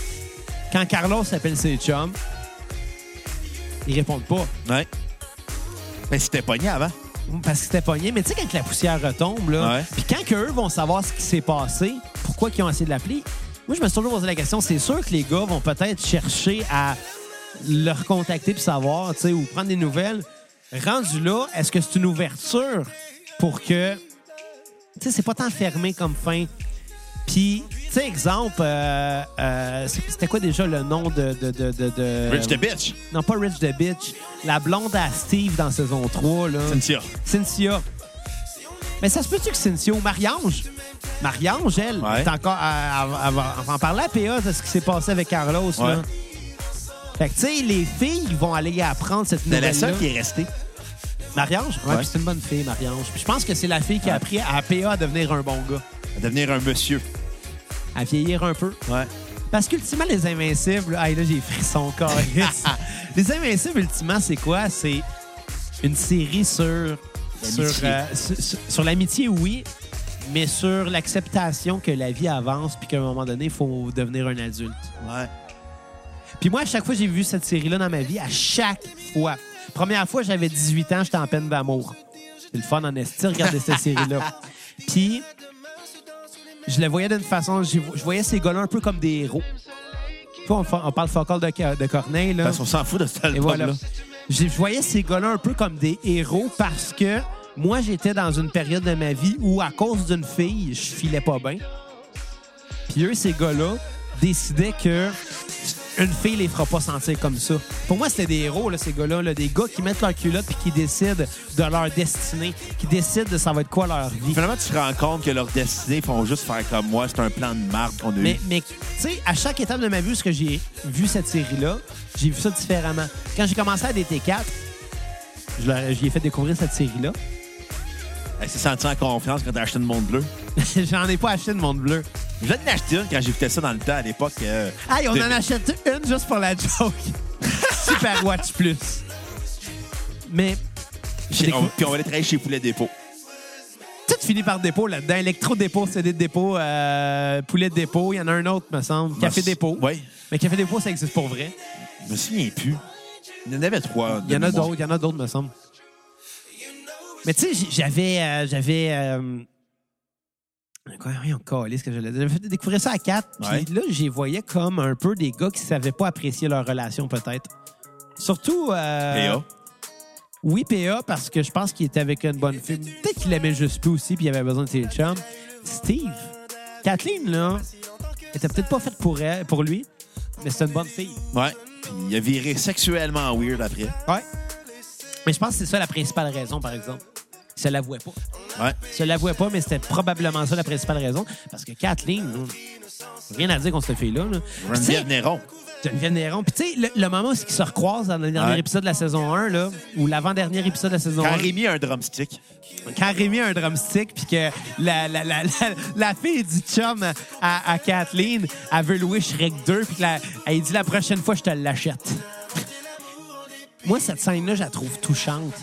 Speaker 3: Quand Carlos appelle ses chums, ils répondent pas.
Speaker 1: Ouais. Mais c'était pogné avant.
Speaker 3: parce que c'était pogné. Mais tu sais, quand la poussière retombe, là,
Speaker 1: Ouais.
Speaker 3: puis quand que eux vont savoir ce qui s'est passé, pourquoi ils ont essayé de l'appeler, moi, je me suis toujours posé la question, c'est sûr que les gars vont peut-être chercher à le recontacter puis savoir, tu sais, ou prendre des nouvelles. Rendu là, est-ce que c'est une ouverture pour que... Tu sais, c'est pas tant fermé comme fin. Puis, tu sais, exemple, euh, euh, c'était quoi déjà le nom de... de, de, de, de-
Speaker 1: Rich the Bitch.
Speaker 3: Non, pas Rich the Bitch. La blonde à Steve dans saison 3, là.
Speaker 1: Cynthia.
Speaker 3: Cynthia. Mais ça se peut-tu que Cynthia, au mariage, mariage, elle,
Speaker 1: Ouais.
Speaker 3: est encore. à- à- à- à- On va en parler à PA de ce qui s'est passé avec Carlos. Là.
Speaker 1: Ouais.
Speaker 3: Fait que, tu sais, les filles vont aller apprendre cette
Speaker 1: C'est
Speaker 3: nouvelle.
Speaker 1: la seule qui est restée.
Speaker 3: Mariange? Ouais,
Speaker 1: Ouais.
Speaker 3: puis c'est une bonne fille, Mariange. Puis je pense que c'est la fille qui a appris à PA à devenir un bon gars,
Speaker 1: À devenir un monsieur.
Speaker 3: à vieillir un peu.
Speaker 1: Ouais.
Speaker 3: Parce qu'ultimement, les Invincibles, ah, là, j'ai frisson, câlisse. les Invincibles, ultimement, c'est quoi? C'est une série sur. Sur,
Speaker 1: L'amitié.
Speaker 3: euh, sur, sur- sur l'amitié, oui, mais sur l'acceptation que la vie avance puis qu'à un moment donné, il faut devenir un adulte.
Speaker 1: Ouais.
Speaker 3: Puis moi, à chaque fois que j'ai vu cette série-là dans ma vie, à chaque fois. Première fois, j'avais 18 ans, j'étais en peine d'amour. C'est le fun en esti, de regarder cette série-là. Puis, je le voyais d'une façon... Je je voyais ces gars-là un peu comme des héros. Tu vois, on, fa- on parle focal de, Ca- de Corneille, là.
Speaker 1: Parce qu'on s'en fout de cet
Speaker 3: Et
Speaker 1: album-là.
Speaker 3: voilà. Je je voyais ces gars-là un peu comme des héros parce que moi, j'étais dans une période de ma vie où, à cause d'une fille, je filais pas bien. Puis eux, ces gars-là, décidaient que une fille les fera pas sentir comme ça. Pour moi, c'était des héros, là, ces gars-là, là, des gars qui mettent leur culotte puis qui décident de leur destinée, qui décident de ça va être quoi leur vie.
Speaker 1: Finalement, tu te rends compte que leur destinée font juste faire comme moi. C'est un plan de marque qu'on a
Speaker 3: Mais,
Speaker 1: eu.
Speaker 3: mais tu sais, à chaque étape de ma vie, où est-ce que j'ai vu cette série-là, j'ai vu ça différemment. Quand j'ai commencé à DT4, je leur- je lui ai fait découvrir cette série-là.
Speaker 1: Elle s'est sentie en confiance quand t'as acheté une monde bleue.
Speaker 3: J'en ai pas acheté de Monde Bleu.
Speaker 1: Je viens de l'acheter une quand j'écoutais ça dans le temps à l'époque. euh,
Speaker 3: Hey, on
Speaker 1: de-
Speaker 3: en achète une juste pour la joke. Super Watch Plus. Mais
Speaker 1: chez- on- Puis on allait travailler chez Poulet Dépôt.
Speaker 3: tout finit par dépôt là-dedans. Électro-dépôt, CD de dépôt, euh, poulet de dépôt. Il y en a un autre, me semble. Café
Speaker 1: Merci.
Speaker 3: dépôt.
Speaker 1: Oui.
Speaker 3: Mais Café dépôt, ça existe pour vrai.
Speaker 1: Je me souviens plus. Il y en avait trois.
Speaker 3: Il y en
Speaker 1: de
Speaker 3: a
Speaker 1: mémoire.
Speaker 3: d'autres, il y en a d'autres, me semble. Mais tu sais, j- j'avais. euh, j'avais. euh, Quoi, oui, on calait ce que j'allais dire. J'avais fait découvrir ça à 4.
Speaker 1: Ouais.
Speaker 3: Puis là, j'y voyais comme un peu des gars qui savaient pas apprécier leur relation, peut-être. Surtout. euh,
Speaker 1: Et oh.
Speaker 3: Oui, PA, parce que je pense qu'il était avec une bonne fille. Peut-être qu'il l'aimait juste plus aussi, puis il avait besoin de ses chums. Steve, Kathleen, là, était peut-être pas faite pour, elle, pour lui, mais c'est une bonne fille.
Speaker 1: Ouais. Puis il a viré sexuellement weird après.
Speaker 3: Ouais. Mais je pense que c'est ça la principale raison, par exemple. Il se l'avouait pas.
Speaker 1: Ouais.
Speaker 3: Il se l'avouait pas, mais c'était probablement ça la principale raison. Parce que Kathleen, là, rien à dire contre cette fille-là. là. Puis tu sais,
Speaker 1: Geneviève Néron.
Speaker 3: Geneviève Néron. Puis tu sais, le, le moment où ils se recroisent dans le dernier
Speaker 1: Ouais.
Speaker 3: épisode de la saison 1, là, ou l'avant-dernier épisode de la saison
Speaker 1: Quand
Speaker 3: 1.
Speaker 1: Rémi a un drumstick.
Speaker 3: quand Rémi a un drumstick puis que la, la, la, la, la fille du chum à, à Kathleen, elle veut louer Shrek 2 puis que la- elle dit la prochaine fois, je te l'achète. Moi, cette scène-là, je la trouve touchante.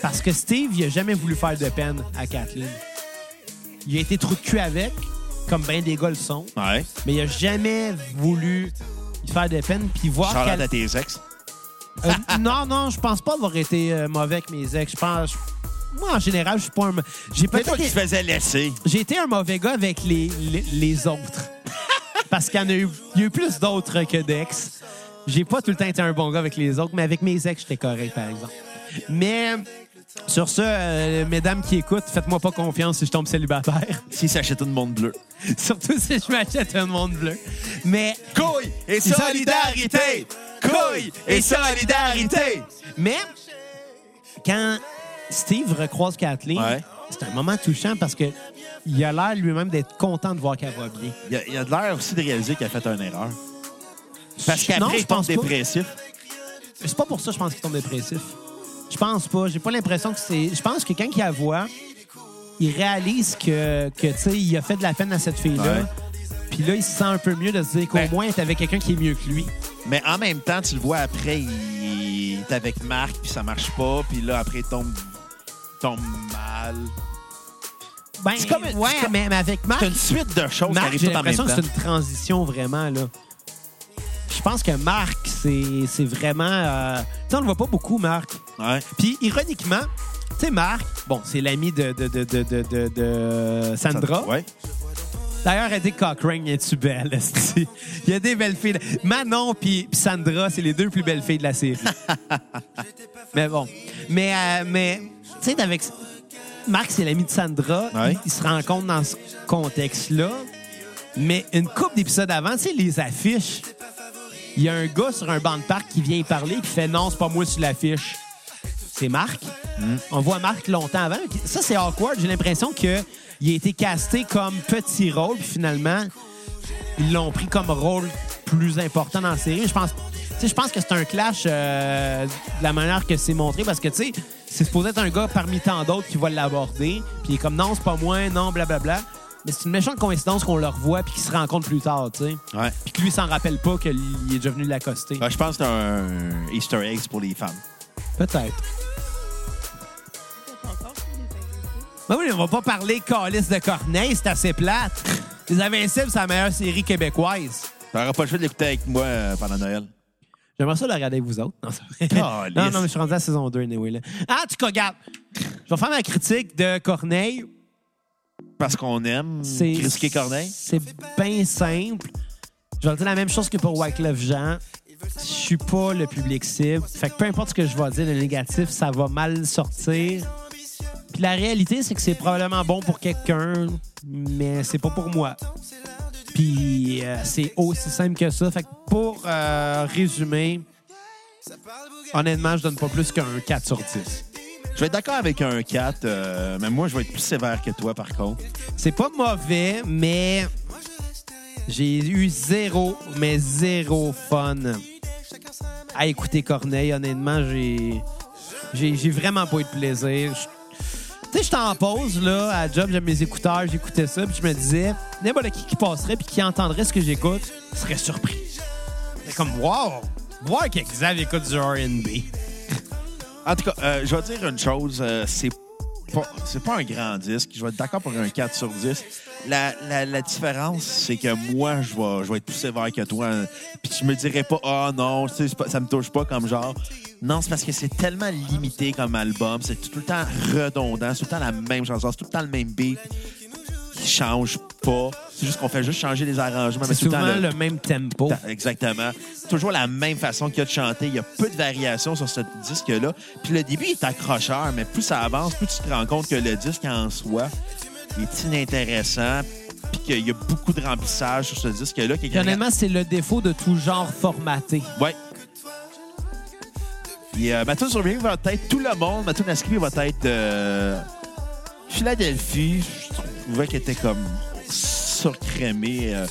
Speaker 3: Parce que Steve, il a jamais voulu faire de peine à Kathleen. Il a été trou de cul avec, comme bien des gars le sont,
Speaker 1: Ouais.
Speaker 3: mais il a jamais voulu lui faire de peine puis voir
Speaker 1: Charlotte
Speaker 3: qu'elle-
Speaker 1: à tes ex.
Speaker 3: euh, non, non, je pense pas avoir été euh, mauvais avec mes ex. Je pense, moi, en général, je suis pas un. J'ai
Speaker 1: C'est toi
Speaker 3: peut-être.
Speaker 1: qui te faisais laisser.
Speaker 3: J'ai été un mauvais gars avec les, les, les autres. Parce qu'il y en a eu, il y a eu plus d'autres que d'ex. J'ai pas tout le temps été un bon gars avec les autres, mais avec mes ex, j'étais correct, par exemple. Mais sur ce, euh, mesdames qui écoutent, faites-moi pas confiance si je tombe célibataire.
Speaker 1: S'il s'achète une monde bleue.
Speaker 3: Surtout si je m'achète un monde bleu. Mais
Speaker 1: Couille et solidarité! Couille et solidarité!
Speaker 3: Mais quand Steve recroise Kathleen,
Speaker 1: Ouais.
Speaker 3: c'est un moment touchant parce que il a l'air lui-même d'être content de voir qu'elle va bien.
Speaker 1: Il a, il a de l'air aussi de réaliser qu'il a fait une erreur. Parce
Speaker 3: Non,
Speaker 1: qu'après,
Speaker 3: je
Speaker 1: il tombe
Speaker 3: pense pas.
Speaker 1: dépressif.
Speaker 3: C'est pas pour ça, je pense, qu'il tombe dépressif. Je pense pas. J'ai pas l'impression que c'est. Je pense que quand il la voit, il réalise que, que tu sais, il a fait de la peine à cette
Speaker 1: Ouais.
Speaker 3: fille-là. Puis là, il se sent un peu mieux de se dire qu'au
Speaker 1: Ben-
Speaker 3: moins, il est avec quelqu'un qui est mieux que lui.
Speaker 1: Mais en même temps, tu le vois après, il est avec Marc, puis ça marche pas, puis là, après, il tombe, tombe mal.
Speaker 3: Ben,
Speaker 1: C'est comme une-
Speaker 3: ouais,
Speaker 1: c'est comme-
Speaker 3: mais, mais avec Marc,
Speaker 1: C'est une suite de choses
Speaker 3: Marc
Speaker 1: qui arrivent
Speaker 3: j'ai
Speaker 1: toutes en
Speaker 3: l'impression
Speaker 1: même
Speaker 3: que
Speaker 1: temps.
Speaker 3: c'est une transition vraiment, là. Je pense que Marc, c'est c'est vraiment. euh, Tu sais, on le voit pas beaucoup, Marc.
Speaker 1: Ouais.
Speaker 3: Puis, ironiquement, tu sais, Marc, bon, c'est l'ami de, de, de, de, de, de- de Sandra.
Speaker 1: Ouais.
Speaker 3: D'ailleurs, Eddie Cochrane, est-tu belle? esti? Il y a des belles filles. Manon puis puis Sandra, c'est les deux plus belles filles de la série. mais bon. Mais, euh, mais tu sais, avec Marc, c'est l'ami de Sandra.
Speaker 1: Ouais.
Speaker 3: Ils il se rencontrent dans ce contexte-là. Mais une couple d'épisodes avant, tu sais, les affiches. Il y a un gars sur un banc de parc qui vient y parler qui fait non, c'est pas moi sur l'affiche. C'est Marc. On voit Marc longtemps avant. Ça, c'est awkward. J'ai l'impression que il a été casté comme petit rôle, puis finalement, ils l'ont pris comme rôle plus important dans la série. Je pense, tu sais, je pense que c'est un clash euh, de la manière que c'est montré, parce que, tu sais, c'est supposé être un gars parmi tant d'autres qui va l'aborder, puis il est comme non, c'est pas moi, non, blablabla. Mais c'est une méchante coïncidence qu'on le revoit puis qu'il se rencontre plus tard, tu sais.
Speaker 1: Ouais.
Speaker 3: Puis que lui s'en rappelle pas qu'il est déjà venu l'accoster.
Speaker 1: Ouais, je pense que c'est un Easter egg pour les femmes.
Speaker 3: Peut-être. Ben oui, on va pas parler calice de Corneille, c'est assez plate. Les Invincibles, c'est la meilleure série québécoise.
Speaker 1: T'auras pas le choix de l'écouter avec moi euh, pendant Noël.
Speaker 3: J'aimerais ça le regarder avec vous autres. Non, c'est vrai.
Speaker 1: Calice.
Speaker 3: non, non, mais je suis rendu à la saison 2, anyway. Là. Ah, tu regarde. Je vais faire ma critique de Corneille.
Speaker 1: Parce qu'on aime
Speaker 3: C'est-
Speaker 1: critiquer Corneille.
Speaker 3: C'est bien simple. Je vais dire la même chose que pour Wyclef Jean. Je suis pas le public cible. Fait que peu importe ce que je vais dire de négatif, ça va mal sortir. Puis la réalité, c'est que c'est probablement bon pour quelqu'un, mais c'est pas pour moi. Puis euh, c'est aussi simple que ça. Fait que pour euh, résumer, honnêtement, je donne pas plus qu'un 4 sur 10.
Speaker 1: Je vais être d'accord avec un 4, euh, mais moi, je vais être plus sévère que toi, par contre.
Speaker 3: C'est pas mauvais, mais j'ai eu zéro, mais zéro fun à écouter Corneille. Honnêtement, j'ai j'ai j'ai vraiment pas eu de plaisir. Je- Tu sais, j'étais en pause, là, à job, j'avais mes écouteurs, j'écoutais ça, puis je me disais, n'importe qui qui passerait puis qui entendrait ce que j'écoute serait surpris. C'est comme, wow! Voir que Xav écoute du R&B.
Speaker 1: En tout cas, euh, je vais dire une chose. euh, c'est pas, c'est pas un grand disque. Je vais être d'accord pour un 4 sur 10. La, la- la différence, c'est que moi, je vais, je vais être plus sévère que toi. Puis tu me dirais pas, ah non, tu sais, c'est pas- ça me touche pas comme genre. Non, c'est parce que c'est tellement limité comme album. C'est tout le temps redondant. C'est tout le temps la même chanson. C'est tout le temps le même beat qui change pas. C'est juste qu'on fait juste changer les arrangements. mais
Speaker 3: C'est
Speaker 1: tout le temps
Speaker 3: souvent
Speaker 1: le-
Speaker 3: le même tempo.
Speaker 1: Ta- Exactement. C'est Toujours la même façon qu'il y a de chanter. Il y a peu de variations sur ce disque-là. Puis le début il est accrocheur, mais plus ça avance, plus tu te rends compte que le disque en soi est inintéressant. Puis qu'il y a beaucoup de remplissage sur ce disque-là.
Speaker 3: Puis honnêtement, c'est le défaut de tout genre formaté.
Speaker 1: Ouais. Et euh, ma tune sur Ring va être tout le monde. Ma tune à skipper va être euh, Philadelphie. Je trouvais qu'elle était comme surcrémée. euh.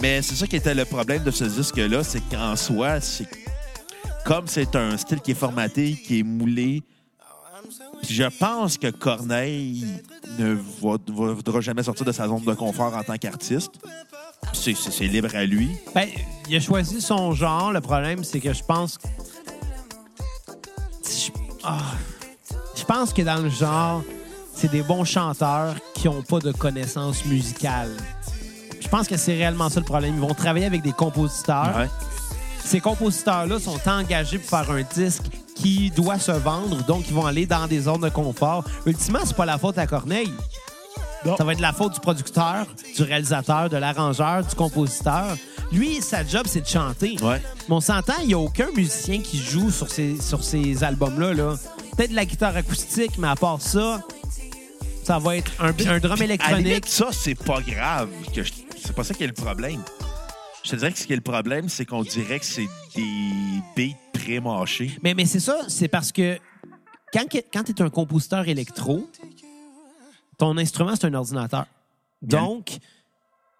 Speaker 1: Mais c'est ça qui était le problème de ce disque-là, c'est qu'en soi, c'est comme c'est un style qui est formaté, qui est moulé. puis je pense que Corneille ne va- va- voudra jamais sortir de sa zone de confort en tant qu'artiste. Puis C'est c'est- c'est libre à lui.
Speaker 3: Ben, il a choisi son genre. Le problème, c'est que je pense. que- Je... ah. Je pense que dans le genre, c'est des bons chanteurs qui n'ont pas de connaissances musicales. Je pense que c'est réellement ça le problème. Ils vont travailler avec des compositeurs.
Speaker 1: Ouais.
Speaker 3: Ces compositeurs-là sont engagés pour faire un disque qui doit se vendre, donc ils vont aller dans des zones de confort. Ultimement, c'est pas la faute à Corneille.
Speaker 1: Non.
Speaker 3: Ça va être la faute du producteur, du réalisateur, de l'arrangeur, du compositeur. Lui, sa job, c'est de chanter.
Speaker 1: Ouais.
Speaker 3: Mais on s'entend, il n'y a aucun musicien qui joue sur ces, sur ces albums-là. Là. peut être de la guitare acoustique, mais à part ça, ça va être un, un
Speaker 1: À la
Speaker 3: drum
Speaker 1: limite,
Speaker 3: électronique.
Speaker 1: ça, c'est pas grave. que je- C'est pas ça qui est le problème. Je te dirais que ce qui est le problème, c'est qu'on dirait que c'est des beats pré-mâchés.
Speaker 3: Mais, mais c'est ça, c'est parce que quand, que- quand tu es un compositeur électro, ton instrument, c'est un ordinateur.
Speaker 1: Bien.
Speaker 3: Donc,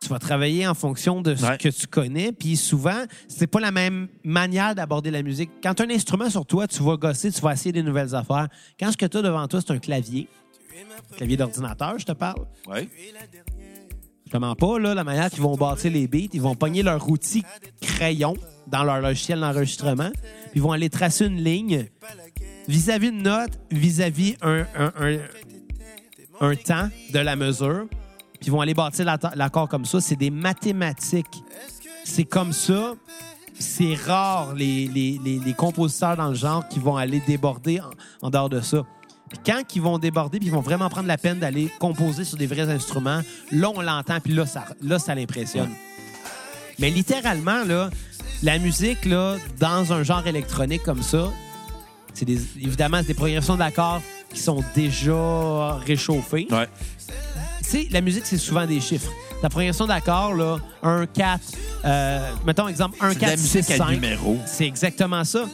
Speaker 3: tu vas travailler en fonction de ce
Speaker 1: Ouais.
Speaker 3: que tu connais. Puis souvent, c'est pas la même manière d'aborder la musique. Quand tu as un instrument sur toi, tu vas gosser, tu vas essayer des nouvelles affaires. Quand ce que tu as devant toi, c'est un clavier, clavier d'ordinateur, je te parle.
Speaker 1: Ouais.
Speaker 3: Comment pas, là, la manière qu'ils vont bâtir les beats, ils vont pogner leur outil crayon dans leur logiciel d'enregistrement, puis ils vont aller tracer une ligne vis-à-vis une note, vis-à-vis un, un, un- un temps de la mesure, puis ils vont aller bâtir la- l'accord comme ça. C'est des mathématiques. C'est comme ça. C'est rare les, les- les- les compositeurs dans le genre qui vont aller déborder en, en dehors de ça. Puis quand ils vont déborder, puis ils vont vraiment prendre la peine d'aller composer sur des vrais instruments, là, on l'entend, puis là, ça, là, ça l'impressionne. Mais littéralement, là, la musique, là, dans un genre électronique comme ça, c'est des, évidemment, c'est des progressions d'accords qui sont déjà réchauffées.
Speaker 1: Ouais.
Speaker 3: Tu sais, la musique, c'est souvent des chiffres. La progression d'accords, là, 1, 4, euh, mettons exemple, 1,
Speaker 1: C'est de la
Speaker 3: 4, 6,
Speaker 1: musique à
Speaker 3: 5.
Speaker 1: numéro.
Speaker 3: C'est exactement ça.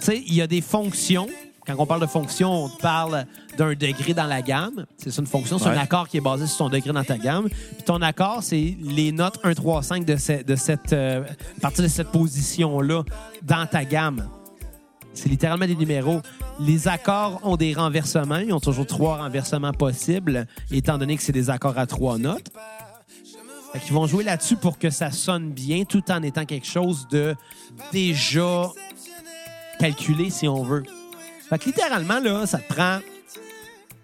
Speaker 3: Tu sais, il y a des fonctions. Quand on parle de fonction, on parle d'un degré dans la gamme. C'est ça une fonction, c'est
Speaker 1: Ouais.
Speaker 3: un accord qui est basé sur ton degré dans ta gamme. Puis ton accord, c'est les notes 1, 3, 5 de, ce- de cette, euh, à partir de cette position-là dans ta gamme. C'est littéralement des numéros. Les accords ont des renversements. Ils ont toujours trois renversements possibles, étant donné que c'est des accords à trois notes. Fait qu'ils vont jouer là-dessus pour que ça sonne bien, tout en étant quelque chose de déjà calculé, si on veut. Fait que littéralement, là, ça te prend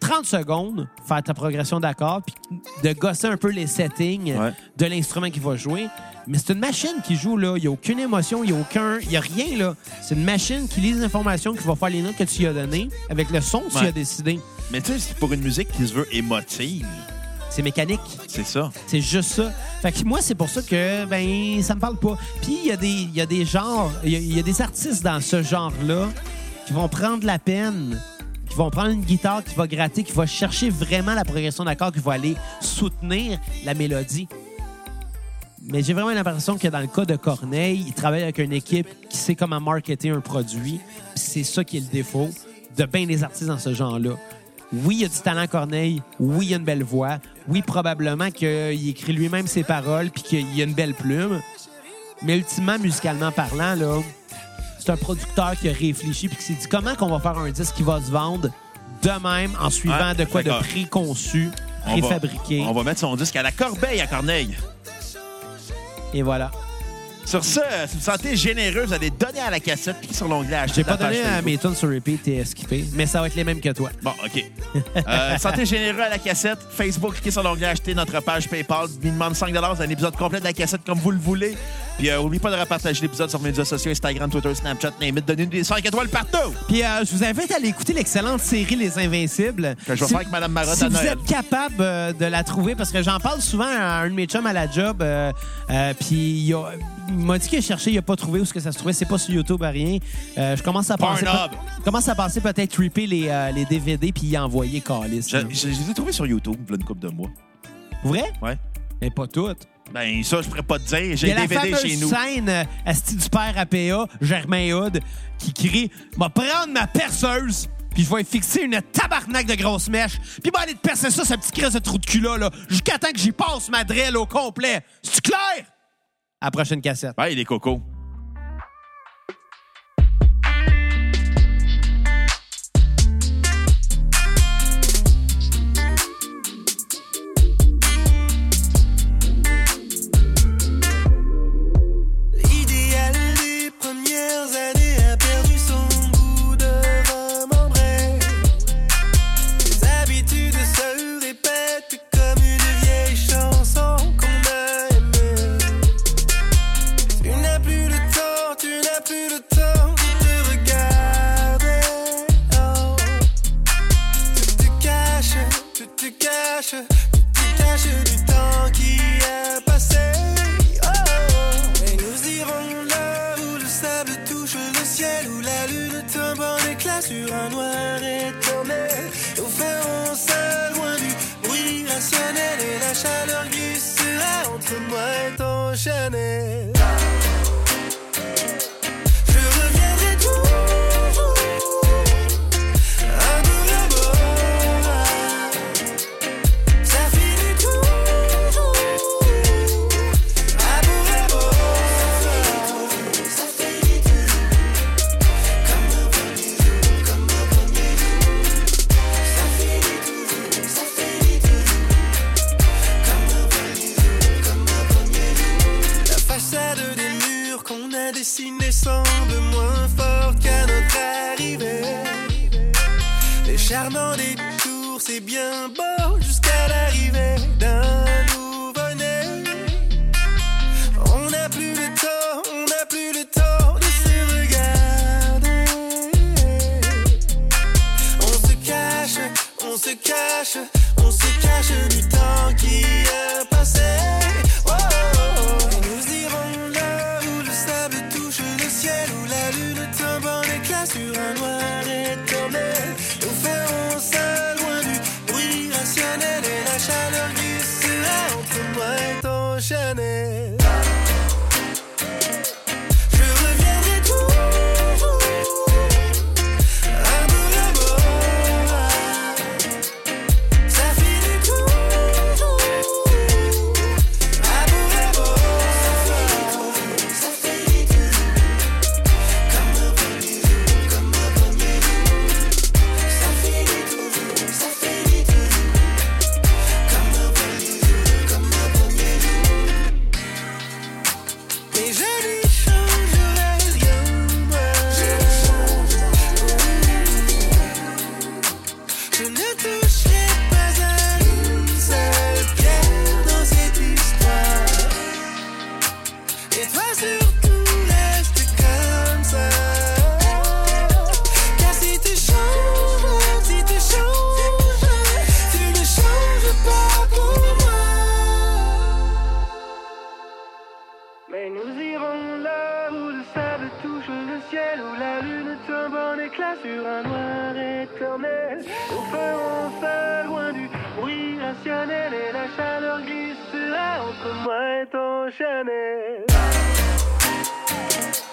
Speaker 3: 30 secondes faire ta progression d'accords, puis de gosser un peu les settings
Speaker 1: Ouais.
Speaker 3: de l'instrument qu'il va jouer. Mais c'est une machine qui joue, là. Il n'y a aucune émotion, il n'y a aucun... Il y a rien, là. C'est une machine qui lit les informations, qui va faire les notes que tu lui as données avec le son que tu
Speaker 1: Ouais.
Speaker 3: lui as décidé.
Speaker 1: Mais tu sais, c'est pour une musique qui se veut émotive.
Speaker 3: C'est mécanique.
Speaker 1: C'est ça.
Speaker 3: C'est juste ça. Fait que moi, c'est pour ça que, ben, ça me parle pas. Puis, il y, a des- il y a des genres, il y a, il y a des artistes dans ce genre-là qui vont prendre la peine, qui vont prendre une guitare, qui va gratter, qui va chercher vraiment la progression d'accords, qui va aller soutenir la mélodie. Mais j'ai vraiment l'impression que dans le cas de Corneille, il travaille avec une équipe qui sait comment marketer un produit. Puis c'est ça qui est le défaut de bien des artistes dans ce genre-là. Oui, il y a du talent Corneille. Oui, il y a une belle voix. Oui, probablement qu'il écrit lui-même ses paroles puis qu'il y a une belle plume. Mais ultimement, musicalement parlant, là, c'est un producteur qui a réfléchi puis qui s'est dit comment qu'on va faire un disque qui va se vendre de même en suivant
Speaker 1: Ouais,
Speaker 3: de quoi de
Speaker 1: d'accord.
Speaker 3: préconçu,
Speaker 1: On va-
Speaker 3: préfabriqué.
Speaker 1: On va mettre son disque à la corbeille à Corneille.
Speaker 3: Et voilà.
Speaker 1: Sur ce, si vous sentez généreux, vous allez donner à la cassette puis sur l'onglet acheter.
Speaker 3: J'ai
Speaker 1: la
Speaker 3: pas donné
Speaker 1: page
Speaker 3: à
Speaker 1: Facebook.
Speaker 3: mes tunes sur repeat et esquiper, mais ça va être les mêmes que toi.
Speaker 1: Bon, OK. Euh, sentez généreux à la cassette. Facebook, cliquez sur l'onglet acheter notre page PayPal. Il demande 5 Vous avez un épisode complet de la cassette comme vous le voulez. Puis, euh, oubliez pas de repartager l'épisode sur vos médias sociaux Instagram, Twitter, Snapchat, name it. Donnez-nous des 5 étoiles partout.
Speaker 3: Puis euh, je vous invite à aller écouter l'excellente série Les Invincibles.
Speaker 1: Que je vais faire avec Madame Marotte
Speaker 3: Si
Speaker 1: à
Speaker 3: vous
Speaker 1: Noël.
Speaker 3: êtes capable euh, de la trouver, parce que j'en parle souvent à un de mes chums à la job, euh, euh, puis il, a- il m'a dit qu'il a cherché, il a pas trouvé où ce que ça se trouvait. C'est pas sur YouTube, à rien. Euh, je commence à penser,
Speaker 1: Pornhub.
Speaker 3: je commence à penser peut-être ripper les, euh, les DVD puis y envoyer Calis.
Speaker 1: Je, je- je les ai trouvés sur YouTube, il y a une couple de mois.
Speaker 3: Vrai?
Speaker 1: Ouais.
Speaker 3: Mais pas toutes.
Speaker 1: Ben, ça, je pourrais pas te dire.
Speaker 3: Il y
Speaker 1: J'ai
Speaker 3: a la
Speaker 1: DVD
Speaker 3: fameuse
Speaker 1: chez nous.
Speaker 3: scène euh, Asti du père APA, Germain Hood, qui crie Va prendre ma perceuse, puis je vais y fixer une tabarnak de grosse mèche, puis va aller te percer ça, ce petit crisse de trou de cul-là, là, jusqu'à temps que j'y passe ma drelle au complet. C'est clair? À la prochaine cassette.
Speaker 1: Ouais, il est coco.
Speaker 2: L'idéal des premières années a perdu son goût de remembrer. Les habitudes se répètent comme une vieille chanson qu'on a aimée. Tu n'as plus le Oh. tache, petites taches du temps qui a passé. Oh, oh. Et nous irons là où le sable touche le ciel, où la lune tombe en éclat sur un noir éternel. Nous ferons ça loin du bruit rationnel et la chaleur glissera entre moi et ton Chanel. Je reviendrai toujours à Boulevard. Ça finit toujours à Boulevard. Ça finit toujours comme un premier jour, comme un premier jour. Ça finit toujours, ça finit toujours comme un premier jour, comme un premier jour. La façade des murs qu'on a dessinée semble moins forte qu'à notre arrivée. Les charmants détours, c'est bien beau jusqu'à l'arrivée d'un nouveau-né. On n'a plus le temps, on n'a plus le temps de se regarder. On se cache, on se cache, on se cache du temps qui a passé. Oh, oh, oh. Et nous irons là où le sable touche le ciel, où la lune tombe en éclat sur un noir éternel. Nous ferons ça loin du bruit rationnel et la chaleur glissera entre moi et ton Chanel. Je reviendrai toujours à Boulevard. Ça finit toujours à Boulevard. Ça finit toujours comme un premier jour, comme un premier jour. Ça finit toujours, ça finit toujours comme un premier jour, comme un premier jour. Et je n'y changerai rien, moi. Je ne toucherai pas à une seule pierre dans cette histoire. Et toi surtout, reste comme ça. Car si tu changes, si tu changes, tu ne changes pas pour moi. Mais nous irons là où le sable touche le ciel, où la lune tombe en éclat sur un noir éternel. Nous ferons ça loin du bruit rationnel et la chaleur glissera entre moi et ton Chanel. Je